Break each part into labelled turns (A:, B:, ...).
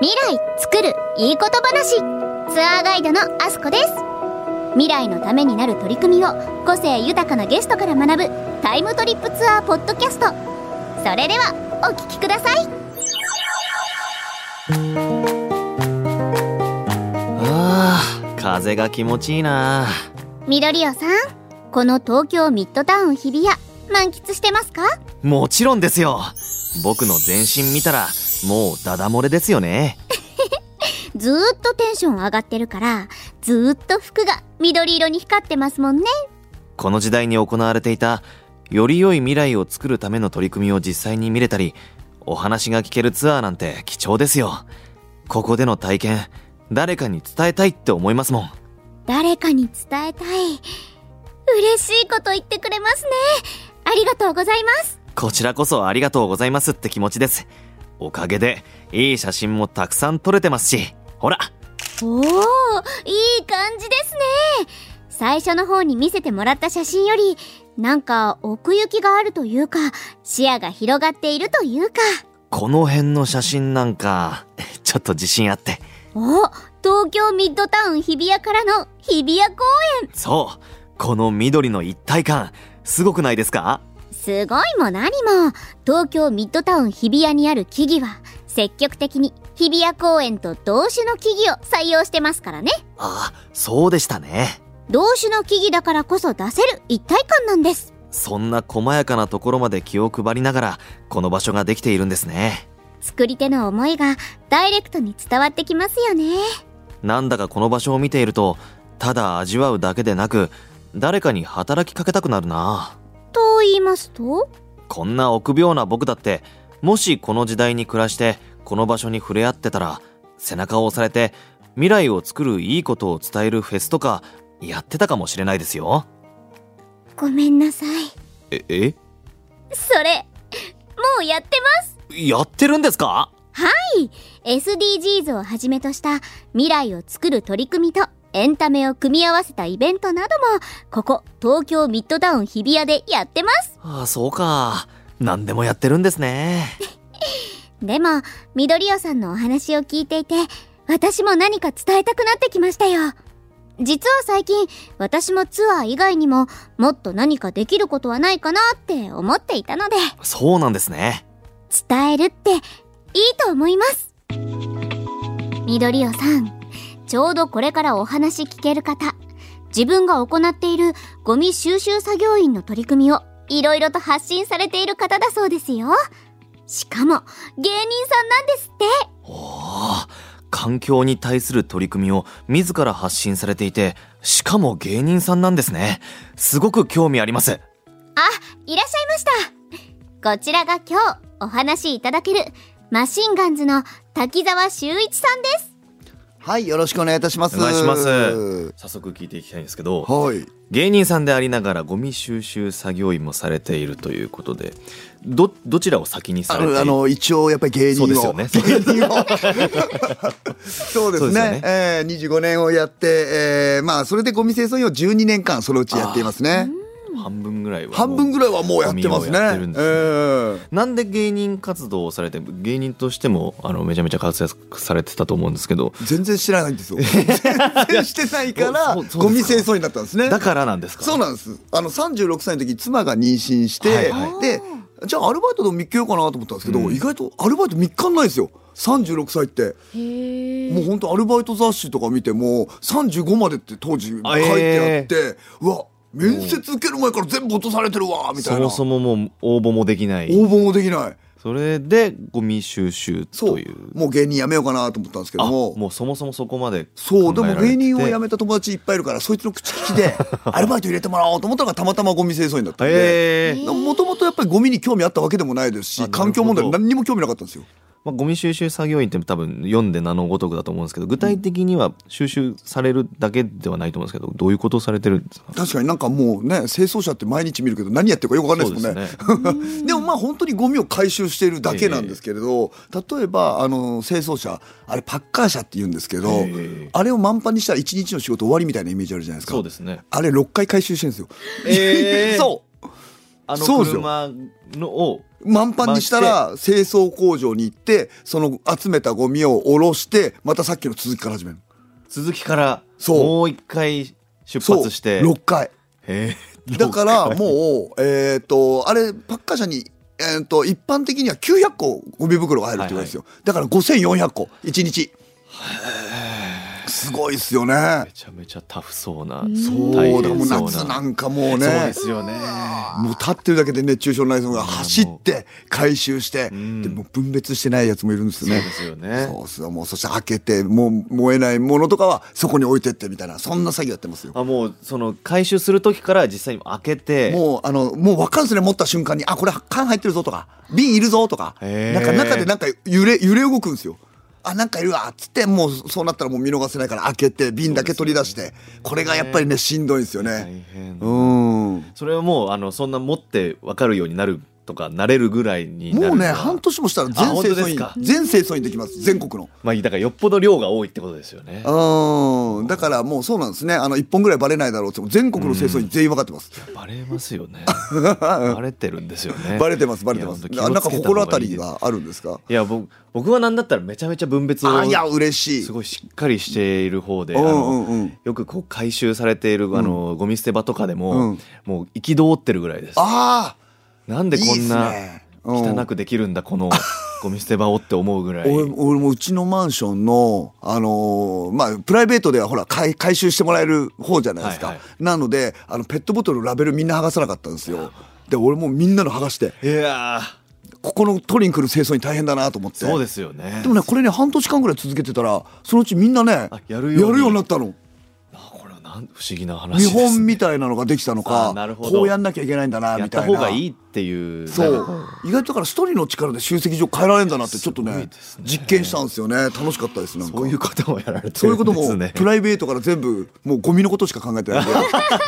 A: 未来作るいいこと話ツアーガイドのあすこです未来のためになる取り組みを個性豊かなゲストから学ぶタイムトリップツアーポッドキャストそれではお聞きください
B: ああ風が気持ちいいな
A: 緑尾さんこの東京ミッドタウン日比谷満喫してますか
B: もちろんですよ僕の全身見たらもうダダ漏れですよね
A: ずーっとテンション上がってるからずーっと服が緑色に光ってますもんね
B: この時代に行われていたより良い未来を作るための取り組みを実際に見れたりお話が聞けるツアーなんて貴重ですよここでの体験誰かに伝えたいって思いますもん
A: 誰かに伝えたい嬉しいこと言ってくれますねありがとうございます
B: こちらこそありがとうございますって気持ちですおかげでいい写真もたくさん撮れてますしほら
A: おおいい感じですね最初の方に見せてもらった写真よりなんか奥行きがあるというか視野が広がっているというか
B: この辺の写真なんか ちょっと自信あって
A: お東京ミッドタウン日比谷からの日比谷公園
B: そうこの緑の一体感すごくないですか
A: すごいも何も東京ミッドタウン日比谷にある木々は積極的に日比谷公園と同種の木々を採用してますからね
B: ああそうでしたね
A: 同種の木々だからこそ出せる一体感なんです
B: そんな細やかなところまで気を配りながらこの場所ができているんですね
A: 作り手の思いがダイレクトに伝わってきますよね
B: なんだかこの場所を見ているとただ味わうだけでなく誰かに働きかけたくなるな
A: と言いますと
B: こんな臆病な僕だってもしこの時代に暮らしてこの場所に触れ合ってたら背中を押されて未来を作るいいことを伝えるフェスとかやってたかもしれないですよ
A: ごめんなさい
B: ええ
A: それもうやってます
B: やってるんですか
A: SDGs をはじめとした未来を作る取り組みとエンタメを組み合わせたイベントなどもここ東京ミッドタウン日比谷でやってます
B: ああそうか何でもやってるんですね
A: でも緑尾さんのお話を聞いていて私も何か伝えたくなってきましたよ実は最近私もツアー以外にももっと何かできることはないかなって思っていたので
B: そうなんですね
A: 伝えるっていいと思います緑尾さんちょうどこれからお話聞ける方自分が行っているゴミ収集作業員の取り組みをいろいろと発信されている方だそうですよしかも芸人さんなんですって
B: おお環境に対する取り組みを自ら発信されていてしかも芸人さんなんですねすごく興味あります
A: いらっしゃいましたこちらが今日お話しいただけるマシンガンズの滝沢秀一さんです
C: はい、よろしくお願いいたします。
B: お願いします早速聞いていきたいんですけど
C: はい。
B: 芸人さんでありながらゴミ収集作業員もされているということでどどちらを先にさ
C: あ
B: れてい
C: の、あの一応やっぱり芸人を。
B: そうですよね
C: 芸人
B: そうで
C: を。そうです
B: すよね
C: ね。ええー、二十五年をやって、えー、まあそれでゴミ清掃員を十二年間そのうちやっていますね。
B: 半分ぐらいはもう
C: 半分ぐらいはもうやってま
B: ゴ
C: す
B: ミ
C: ね。
B: をやってるんですね
C: ええ
B: なんで芸人活動をされて芸人としてもあのめちゃめちゃ活躍されてたと思うんですけど
C: 全然知らないん ですよ。全然してないか
B: そ
C: ら
B: うそうですか
C: ゴミ清掃員だったんですね。
B: だからなんですか
C: そうなんです。あの三十六歳の時妻が妊娠して、
B: はいは
C: でじゃあアルバイトでも3日ようかなと思ったんですけど、意外とアルバイト3日ないですよ36歳ってもう本当アルバイト雑誌とか見ても35までって当時書いてあって、うわ面接受ける前から全部落とされてるわみ
B: そ
C: たいな
B: もそももう応募もできない
C: 応募もできない
B: それでゴミ収集
C: そ
B: と
C: う
B: いう
C: もう芸人辞めようかなと思ったんですけ
B: あ
C: ども
B: もうそもそもそこまで
C: そうでも芸人を辞
B: め
C: めた友達いっぱいいるからそいつの口利き でアルバイト入れてもらおうと思ったのがたまたまゴミ清掃員だったんで。
B: ええ
C: もともとやっぱりゴミに興味あったわけでもないです
B: あなる
C: し
B: ほど
C: 環境問題に何にも興味なかったんですよ。
B: まあ、ゴミ収集作業員って多分読んで名のごとくだと思うんですけど具体的には収集されるだけではないと思うんですけどどういうことをされてるんですか
C: 確かになんかもうね清掃車って毎日見るけど何やってるかよくわかんないですもんねで もまあ本当にゴミを回収しているだけなんですけれど、例えばあの清掃車あれパッカー車って言うんですけど、
B: ええ
C: あれを満帆にしたら一日の仕事終わりみたいなイメージあるじゃないですか
B: そうですね
C: あれ6回回収してるんですよ、
B: ええ
C: そう
B: あの
C: そうですよ
B: 車のを
C: 満帆にしたら清掃工場に行ってその集めたゴミを下ろしてまたさっきの続きから始める
B: 続きから
C: そう
B: もう一回出
C: そう
B: 発して
C: 6回
B: へえ
C: だからもうえっ、とあれパッカー社にえー、と一般的には900個ゴミ袋が入るって言うんですよ、だから5400個1日すごいっすよね
B: めちゃめちゃタフそうな
C: そう
B: 大
C: で
B: 変
C: も
B: そうな
C: 夏なんかも
B: そ
C: うね
B: うですよね
C: もう立ってるだけで熱中症になりそうなのが走って回収して、
B: ん
C: でもう分別してないやつもいるんです
B: そう
C: よね
B: ですよね
C: そうっすよもうそして開けてもう燃えないものとかはそこに置いてってみたいなそんな作業やってますよ
B: あもうその回収する時から実際に開けて
C: もうあのもう分かるんですね持った瞬間にあこれ缶入ってるぞとか瓶いるぞとか
B: へー
C: なんか中でなんか揺れ揺れ動くんですよあなんかいるわっつってもうそうなったらもう見逃せないから開けて瓶だけ取り出して、これがやっぱりねしんどいんですよ
B: 大
C: ね
B: 変
C: うんも
B: それはもうあのそんな持って分かるようになるとかなれるぐらいになる
C: う
B: の
C: ね
B: は
C: 半年もしたら全
B: 本
C: 清
B: 当で
C: 掃
B: す
C: 員
B: か
C: 全清掃員できます全国の
B: まあだからよっぽど量が多いってことですよね
C: うんだからもうそうなんですねあの1本ぐらいバレないだろうって全国の清掃員全員分かってます、
B: バレますよ ねバレてるんですよね
C: バレてますバレてま
B: い
C: す
B: や本当気を
C: あなんか
B: つけた方
C: 心当た
B: いい
C: り
B: です
C: があるんですか
B: いや僕僕はなんだったらめちゃめちゃ分別を
C: あいや嬉しい
B: すごいしっかりしている方で、
C: うん
B: あの
C: うんうん
B: よくこう回収されているあの、ゴミ捨て場とかでも、
C: うん
B: もう憤ってるぐらいです
C: ああ
B: なんでこんない
C: いっすねうん
B: 汚くできるんだこ のゴミ捨て場をって思うぐらい
C: 俺俺もうちのマンションの、あのーまあ、プライベートではほら回回収してもらえる方じゃないですか、
B: はいは
C: なのであのペットボトルのラベルみんな剥がさなかったんですよで俺もうみんなの剥がして
B: いやー
C: ここの取りに来る清掃に大変だなと思って
B: そうですよね
C: でもねこれね半年間ぐらい続けてたらそのうちみんなね
B: あやるように
C: になったの
B: あこれはなん不思議な話で
C: 見
B: す、ね、
C: 本みたいなのができたの
B: あ
C: か
B: なるほど
C: こうやんなきゃいけないんだな
B: やっ
C: み
B: た
C: たいな
B: 方がいいっていう
C: そ
B: なんか
C: う意外とだから一人の力で集積所変えられるんだなってちょっと
B: すご
C: ね
B: いですね
C: 実験したんですよね楽しかったですなんか
B: そういうこともやられてるんです、ね、
C: そういうこと もプライベートから全部もうゴミのことしか考え てないんで
B: い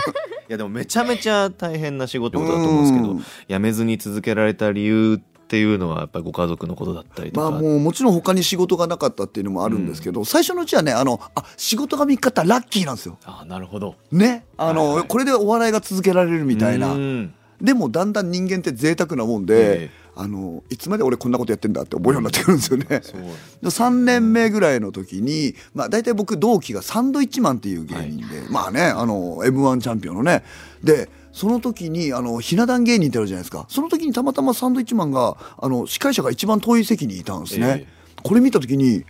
B: やでもめちゃめちゃ大変な仕事だと思うんですけどやめずに続けられた理由っていうのはやっぱりご家族のことだったりと
C: ま
B: か、
C: あもうもちろん他に仕事がなかったっていうのもあるんですけど、最初のうちはねあのあ仕事が見つかったらラッキーなんですよ。
B: あなるほど
C: ねあの、
B: はいはい
C: これでお笑いが続けられるみたいうな。
B: ん
C: でもだんだん人間って贅沢なもんで、
B: ええ
C: あのいつまで俺こんなことやってんだって思うようになってくるんですよね。
B: そう
C: 3年目ぐらいの時に、まあ、大体僕同期がサンドイッチマンっていう芸人で、まあねあの m 1チャンピオンのねでその時にあのひな壇芸人ってあるじゃないですかその時にたまたまサンドイッチマンがあの司会者が一番遠い席にいたんですね
B: え、
C: これ見た時に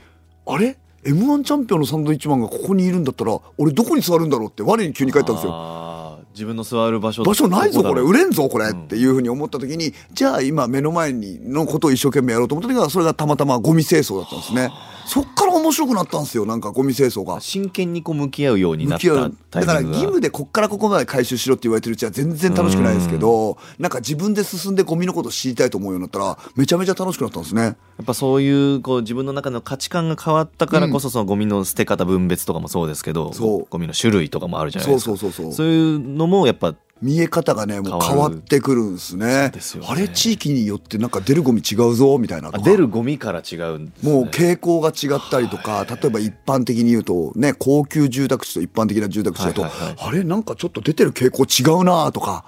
C: あれ m 1チャンピオンのサンドイッチマンがここにいるんだったら俺どこに座るんだろうって我に急に帰ったんですよ。
B: あー自分の座る場所
C: 場所ないぞこ
B: ど
C: れ
B: だ
C: 売
B: ろう
C: れんぞこれっ
B: ん
C: ていうふうに思った時にじゃあ今目の前にのことを一生懸命やろうと思った時はそれがたまたまゴミ清掃だったんですねそっから面白くなったんですよなんかゴミ清掃が
B: 真剣にこう向き合うようにな
C: 向
B: っ
C: き合
B: た
C: う
B: タ
C: だ
B: イミングが
C: から義務でこっからここまで回収しろって言われてるうちは全然楽しくないですけどなんか自分で進んでゴミのことを知りたいと思うようになったらめちゃめちゃ楽しくなったんですね
B: やっぱそういうこう自分の中の価値観が変わったからこそそのゴミの捨て方分別とかもそうですけど、
C: そう
B: ゴミの種類とかもあるじゃない
C: そ
B: で
C: う
B: すか
C: そうそうそう
B: そういうのもやっぱ
C: 見え方がねもう変わってくるんですね
B: ですよね
C: あれ地域によってなんか出るゴミ違うぞみたいなと
B: あ
C: か
B: 出るゴミから違うんです、ね、
C: もう傾向が違ったりとか、例えば一般的に言うと、ね、高級住宅地と一般的な住宅地だと、
B: はいはいはい
C: あれ、なんかちょっと出てる傾向違うなとか、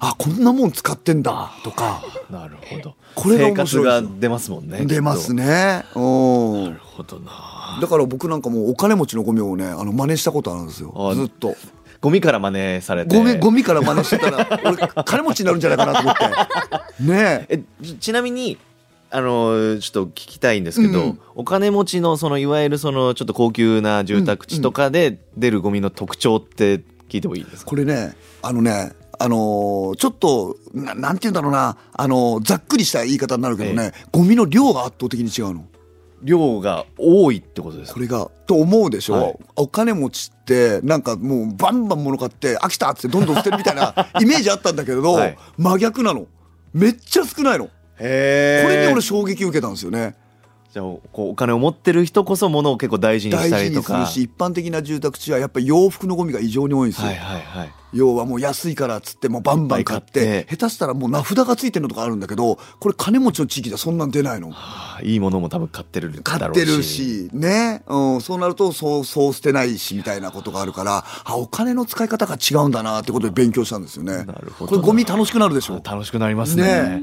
C: あ、こんなもん使ってんだとか、
B: なるほど
C: これが
B: 生
C: 面白いです
B: 活
C: よ
B: が出ますもんね
C: 出ますね。
B: きっ
C: う
B: となんる。ほどな
C: だから僕なんかもうお金持ちのゴミをね、あの、真似したことあるんですよ
B: あ。
C: ずっと。
B: ゴミから真似されて
C: ゴミ、ゴミから真似してたら、俺、金持ちになるんじゃないかなと思って。ねえ。
B: えちちなみにあのーちょっと聞きたいんですけど、
C: うん
B: お金持ちのそのいわゆるそのちょっと高級な住宅地とかで出るゴミの特徴って聞いてもいいですか、
C: これね、あのね、あのーちょっとな、なんて言うんだろうな、あのーざっくりした言い方になるけどね、ゴミの量が圧倒的に違うの。
B: 量が多いってことです
C: こ
B: か
C: れがと思うでしょ、
B: はい
C: お金持ちってなんかもうバンバン物買って飽きたっつってどんどん捨てるみた いなイメージあったんだけれど、
B: はい
C: 真逆なのめっちゃ少ないのこ
B: へ
C: れに俺
B: じ
C: 衝撃を受けたんですよね、
B: ゃあこうお金を持ってる人こそ物を結構大事にし
C: 大
B: た
C: 事
B: りと
C: にす
B: か
C: るし一般的な住宅地はやっぱり洋服のゴミが異常に多いんですよ、
B: はいはいはい
C: 要はもう安いからっつってもうバンバン買っ
B: いっぱい買ってて
C: 下手したらもう名札がついてるのとかあるんだけどこれ金持ちの地域じゃそんなん出ないの
B: はあいいものも多分買ってるだろうし
C: 買ってるしね、うん、そうなるとそうそう捨てないしみたいなことがあるからあお金の使い方が違うんだなってことで勉強したんですよね
B: なるほど
C: これゴミ楽しくなるでしょ
B: 楽しくなりますね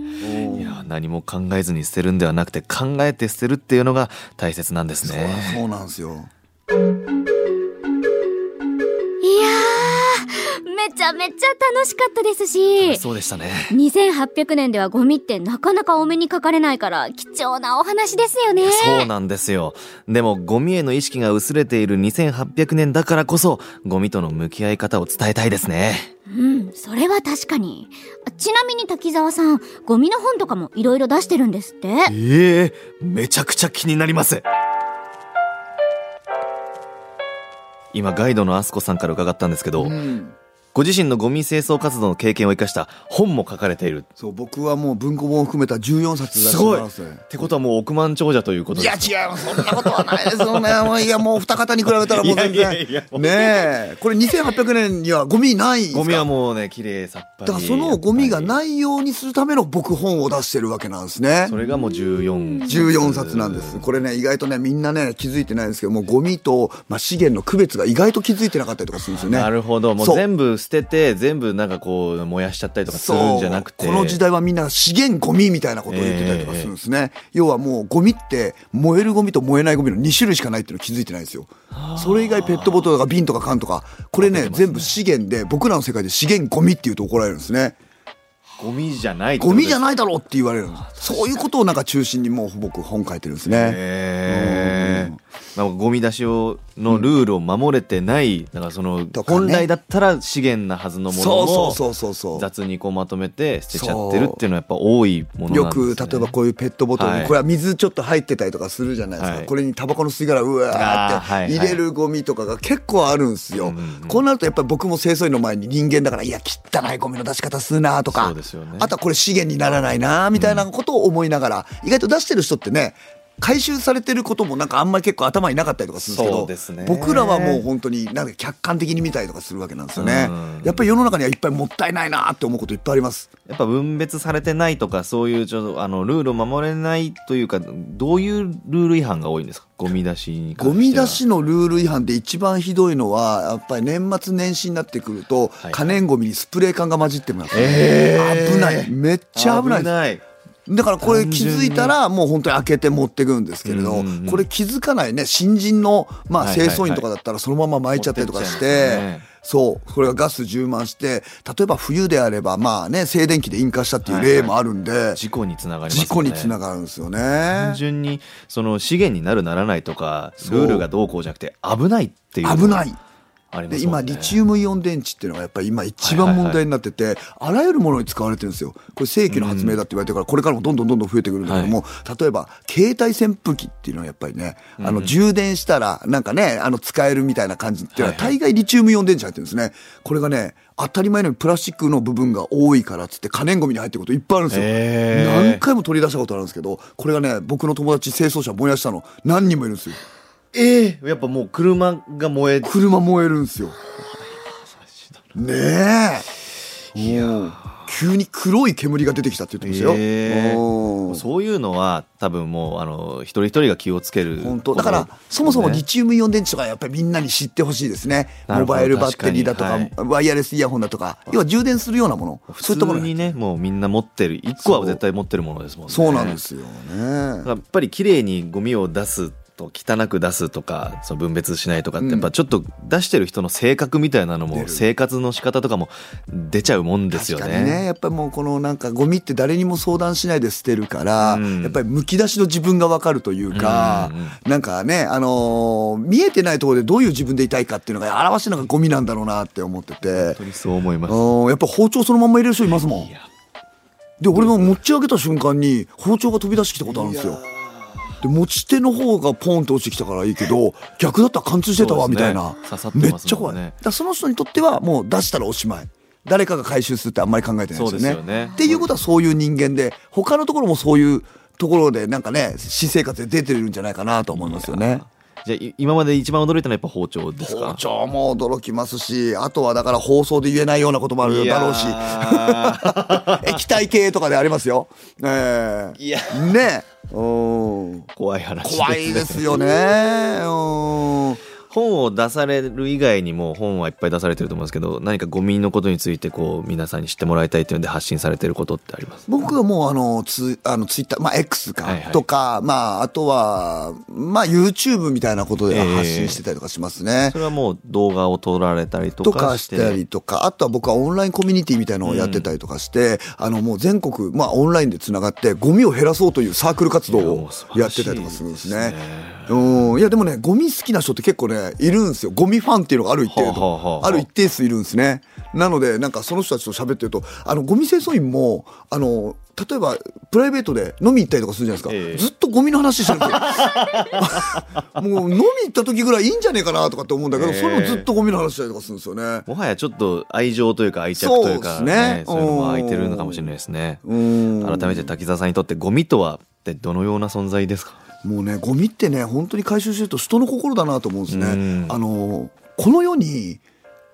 B: いや何も考えずに捨てるんではなくて考えて捨てるっていうのが大切なんです
C: そう
B: ね
C: そうなんですよ
A: いやー、めちゃめちゃ楽しかったですし、
B: そうでしたね
A: 2800年ではゴミってなかなかお目にかかれないから貴重なお話ですよね。
B: そうなんですよでもゴミへの意識が薄れている2800年だからこそゴミとの向き合い方を伝えたいですね
A: うん、それは確かに。あちなみに滝沢さん、ゴミの本とかもいろいろ出してるんですって。
B: ええめちゃくちゃ気になります今ガイドのアスコさんから伺ったんですけど、
C: うん
B: ご自身のゴミ清掃活動の経験を生かした本も書かれている
C: そう僕はもう文庫本を含めた14冊出し
B: す
C: ても
B: ごい
C: らうん
B: っ
C: ですね
B: てことはもう億万長者ということ
C: い
B: で
C: や
B: すか
C: 違うそんなことはないですよねもういやもう二方に比べたらもう全
B: いやいやい
C: 然
B: やもう
C: ねえこれ2800年にはゴミないんですか
B: ゴミはもうね綺麗さっぱり
C: だからそのゴミが
B: やっ
C: ないようにするための僕本を出してるわけなんですね
B: ぱりそれがもう14
C: 14冊なんですこれね意外とねみんなね気づいてないんですけどもうゴミと、まあ、資源の区別が意外と気づいてなかったりとかするんですよね
B: なるほどもう
C: そう
B: 全部捨てて全部なんかこう燃やしちゃったりとかするんじゃなくて
C: そうこの時代はみんな資源ゴミみたいなことを言ってたりとかするんですね、要はもうゴミって燃えるゴミと燃えないゴミの2種類しかないっていうの気づいてないんですよそれ以外ペットボトルとか瓶とか缶とかこれね全部資源で僕らの世界で資源ゴミっていうと怒られるんですね
B: ゴミじゃない
C: ゴミじゃ
B: い
C: ないだろうって言われるんですそういうことをなんか中心にもう僕本書いてるんですね
B: へえなんかゴミ出しをのルールを守れてないだからその
C: とかね
B: 本来だったら資源なはずのもの
C: そうそ
B: を
C: うそうそうそう
B: 雑にこうまとめて捨てちゃってるっていうのはやっぱ多いもの
C: よ
B: なんですね
C: く例えばこういうペットボトルに、
B: はい
C: これは水ちょっと入ってたりとかするじゃないですか、
B: はい
C: これにタバコの吸い殻うわ
B: あーはいは
C: ーって
B: い
C: 入れるゴミとかが結構あるんですよ、
B: うんうんうん
C: こうなるとやっぱり僕も清掃員の前に人間だからいや汚いゴミの出し方するなとか、
B: そうですよね
C: あとはこれ資源にならないなみたいなことを思いながら、意外と出してる人ってね回収されてることもなんかあんまり結構頭になかったりとかするんですけど
B: そうですね
C: 僕らはもう本当になんか客観的に見たりとかするわけなんですよね
B: うん
C: やっぱり世の中にはいっぱいもったいないなって思うこといっぱいあります
B: やっぱ分別されてないとかそういうちょっとあのルールを守れないというかどういうルール違反が多いんですかゴミ出しに関
C: ゴ
B: しては
C: ミ出しのルール違反で一番ひどいのはやっぱり年末年始になってくると
B: い
C: 可燃ゴミにスプレー缶が混じってるの、
B: えー
C: 危ないめっちゃ危ない
B: 危ない
C: だからこれ気づいたらもう本当に開けて持ってくんですけれど、
B: うんうんうん
C: これ気づかないね新人の、まあ、
B: はいはい
C: 清
B: はい
C: 掃員とかだったらそのまま巻いちゃったりとか
B: 持って
C: して、
B: っちゃいますね
C: そうこれがガス充満して例えば冬であればまあね静電気で引火したっていう例もあるんで、
B: 事故につながりますよね
C: 事故につながるんですよね。
B: 単純にその資源になるならないとかルールがどうこうじゃなくて危ないっていうのが
C: 危ない
B: ありますもんね
C: で今リチウムイオン電池っていうのがやっぱり今一番問題になってて、あらゆるものに使われてるんですよこれ世紀の発明だって言われてるからこれからもどんどんどんどん増えてくるんだけども、例えば携帯扇風機っていうのはやっぱりねあの充電したらなんかねあの使えるみたいな感じっていうのは大概リチウムイオン電池入ってるんですねこれがね当たり前のようにプラスチックの部分が多いからっつって可燃ごみに入ってることいっぱいあるんですよ、
B: へー
C: 何回も取り出したことあるんですけどこれがね僕の友達清掃車燃やしたの何人もいるんですよ
B: ええやっぱもう車が燃え
C: 車燃えるんですよ。ねえ。うん急に黒い煙が出てきたって言ってました
B: ええ
C: よ。うん
B: そういうのは多分もうあの一人一人が気をつける
C: 本当だからそもそもリチウムイオン電池とかやっぱりみんなに知ってほしいですね
B: なるほ
C: モ
B: ど
C: バイルバッテリーだとか
B: 確か
C: ワイヤレスイヤホンだとか要は充電するようなもの
B: 普
C: そ
B: 通
C: ういったもの
B: にねもうみんな持ってる一個は絶対持ってるものですもんね
C: そうなんですよ
B: だか
C: ね
B: らやっぱり綺麗にゴミを出すと汚く出すとかその分別しないとかってやっぱちょっと出してる人の性格みたいなの
C: 出
B: も
C: る
B: 生活の仕方とかも出ちゃうもんですよ
C: 確かにねやっぱりもうこのなんかゴミって誰にも相談しないで捨てるから、
B: うん
C: やっぱりむき出しの自分が分かるというか、
B: うんうん
C: なんかね、あのー見えてないところでどういう自分でいたいかっていうのが表してるのがゴミなんだろうなって思ってて
B: 本当にそう思います
C: うんやっぱ包丁そのまんま入れる人いますもん
B: いや
C: で俺も持ち上げた瞬間に包丁が飛び出してきたことあるんですよで持ち手の方がポンって落ちてきたからいいけど逆だったら貫通してたわ
B: そう
C: み
B: ですね
C: たいな、
B: 刺さってますもんね
C: めっちゃ怖いだからその人にとってはもう出したらおしまい誰かが回収するってあんまり考えてないですよね
B: そうですよね
C: っていうことはそういう人間で他のところもそういうところでなんかね私生活で出てるんじゃないかなと思いますよね
B: じゃあい今まで一番驚いたのはやっぱ包丁ですか
C: 包丁も驚きますしあとはだから放送で言えないようなこともあるだろうし
B: いや ー
C: 液体系とかでありますよ。ええ
B: いや
C: ねうん
B: 怖い話ですね
C: 怖いですよね。うん
B: 本を出される以外にも本はいっぱい出されてると思うんですけど何かゴミのことについてこう皆さんに知ってもらいたいというので発信されてることってあります
C: 僕はもうあのツあのツイッター、まあ、X か、
B: はいはい
C: とか、まあ、あとは、まあ、YouTube みたいなことで
B: ええ
C: 発信してたりとかしますね
B: そ。れはもう動画を撮られたりと
C: と
B: か
C: か
B: し
C: してたりとか、あとは僕はオンラインコミュニティみたいなのをやってたりとかして、あのもう全国、まあオンラインでつながって、ゴミを減らそうというサークル活動
B: いやも
C: を
B: う素晴ら
C: やっ
B: しい
C: てたりとかするんで
B: で
C: す
B: す
C: ね
B: ね。
C: うん、いやでもね、ゴミ好きな人って結構ね、いるんですよ。ゴミファンっていうのがある一定
B: はあはあは
C: 度、
B: あ
C: ある一定数いるんですね。なので、なんかその人たちと喋ってると、あのゴミ清掃員も、あの、例えばプライベートで飲み行ったりとかするじゃないですか。
B: ええ
C: ずっとゴミの話してるんですよ。 もう飲み行った時ぐらいいいんじゃねえかなとかって思うんだけど、
B: ええ
C: それもずっとゴミの話したりとかするんですよね。
B: もはやちょっと愛情というか愛着というか、
C: そうですね
B: そういうのも空いてるのかもしれないですね
C: うん
B: 改めて滝沢さんにとってゴミとはってどのような存在ですか
C: もうねゴミってね本当に回収すると人の心だなと思うんですね。
B: うん
C: あのこの世に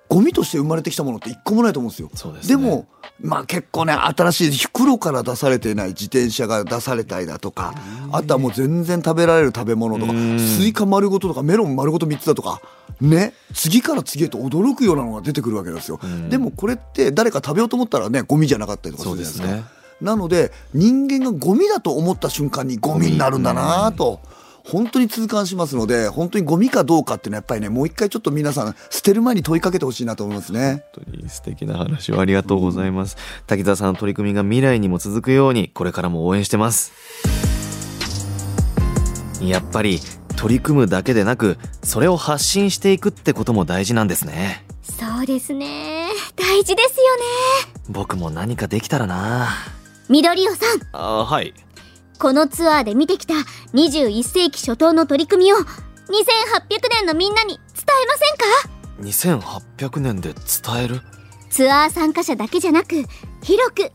C: ゴミとして生まれてきたものって一個もないと思うんですよ。
B: そうですね
C: もまあ結構ね新しい袋から出されていない自転車が出されたりだとか、あとはもう全然食べられる食べ物とか、
B: うん
C: スイカ丸ごととかメロン丸ごと3つだとかね次から次へと驚くようなのが出てくるわけですよ。
B: ん
C: でもこれって誰か食べようと思ったらねゴミじゃなかったりとかす
B: そう
C: るじ
B: で
C: ゃないですすか。
B: ね
C: なので人間がゴミだと思った瞬間にゴミになるんだなぁと本当に痛感しますので本当にゴミかどうかっていうのはやっぱりねもう一回ちょっと皆さん捨てる前に問いかけてほしいなと思いますね。
B: 本当に素敵な話をありがとうございます、滝沢さんの取り組みが未来にも続くようにこれからも応援してますやっぱり取り組むだけでなくそれを発信していくってことも大事なんですね
A: そうですね大事ですよね
B: 僕も何かできたらな
A: 緑尾さん
B: あはい
A: このツアーで見てきた21世紀初頭の取り組みを2800年のみんなに伝えませんか
B: 2800年で伝える
A: ツアー参加者だけじゃなく広くみんな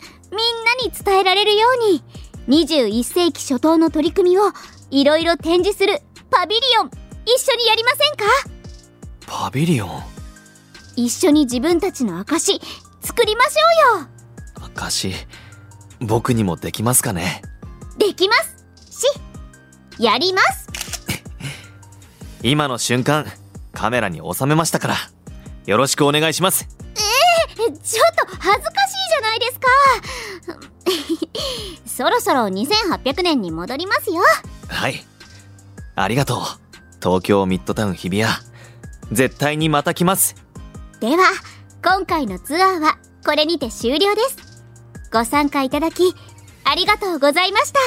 A: に伝えられるように21世紀初頭の取り組みをいろいろ展示するパビリオン一緒にやりませんか
B: パビリオン
A: 一緒に自分たちの証作りましょうよ
B: 証僕にもできますかね
A: できますしやります
B: 今の瞬間カメラに収めましたからよろしくお願いします
A: えちょっと恥ずかしいじゃないですか そろそろ2800年に戻りますよ
B: はいありがとう東京ミッドタウン日比谷絶対にまた来ます
A: では今回のツアーはこれにて終了ですご参加いただきありがとうございました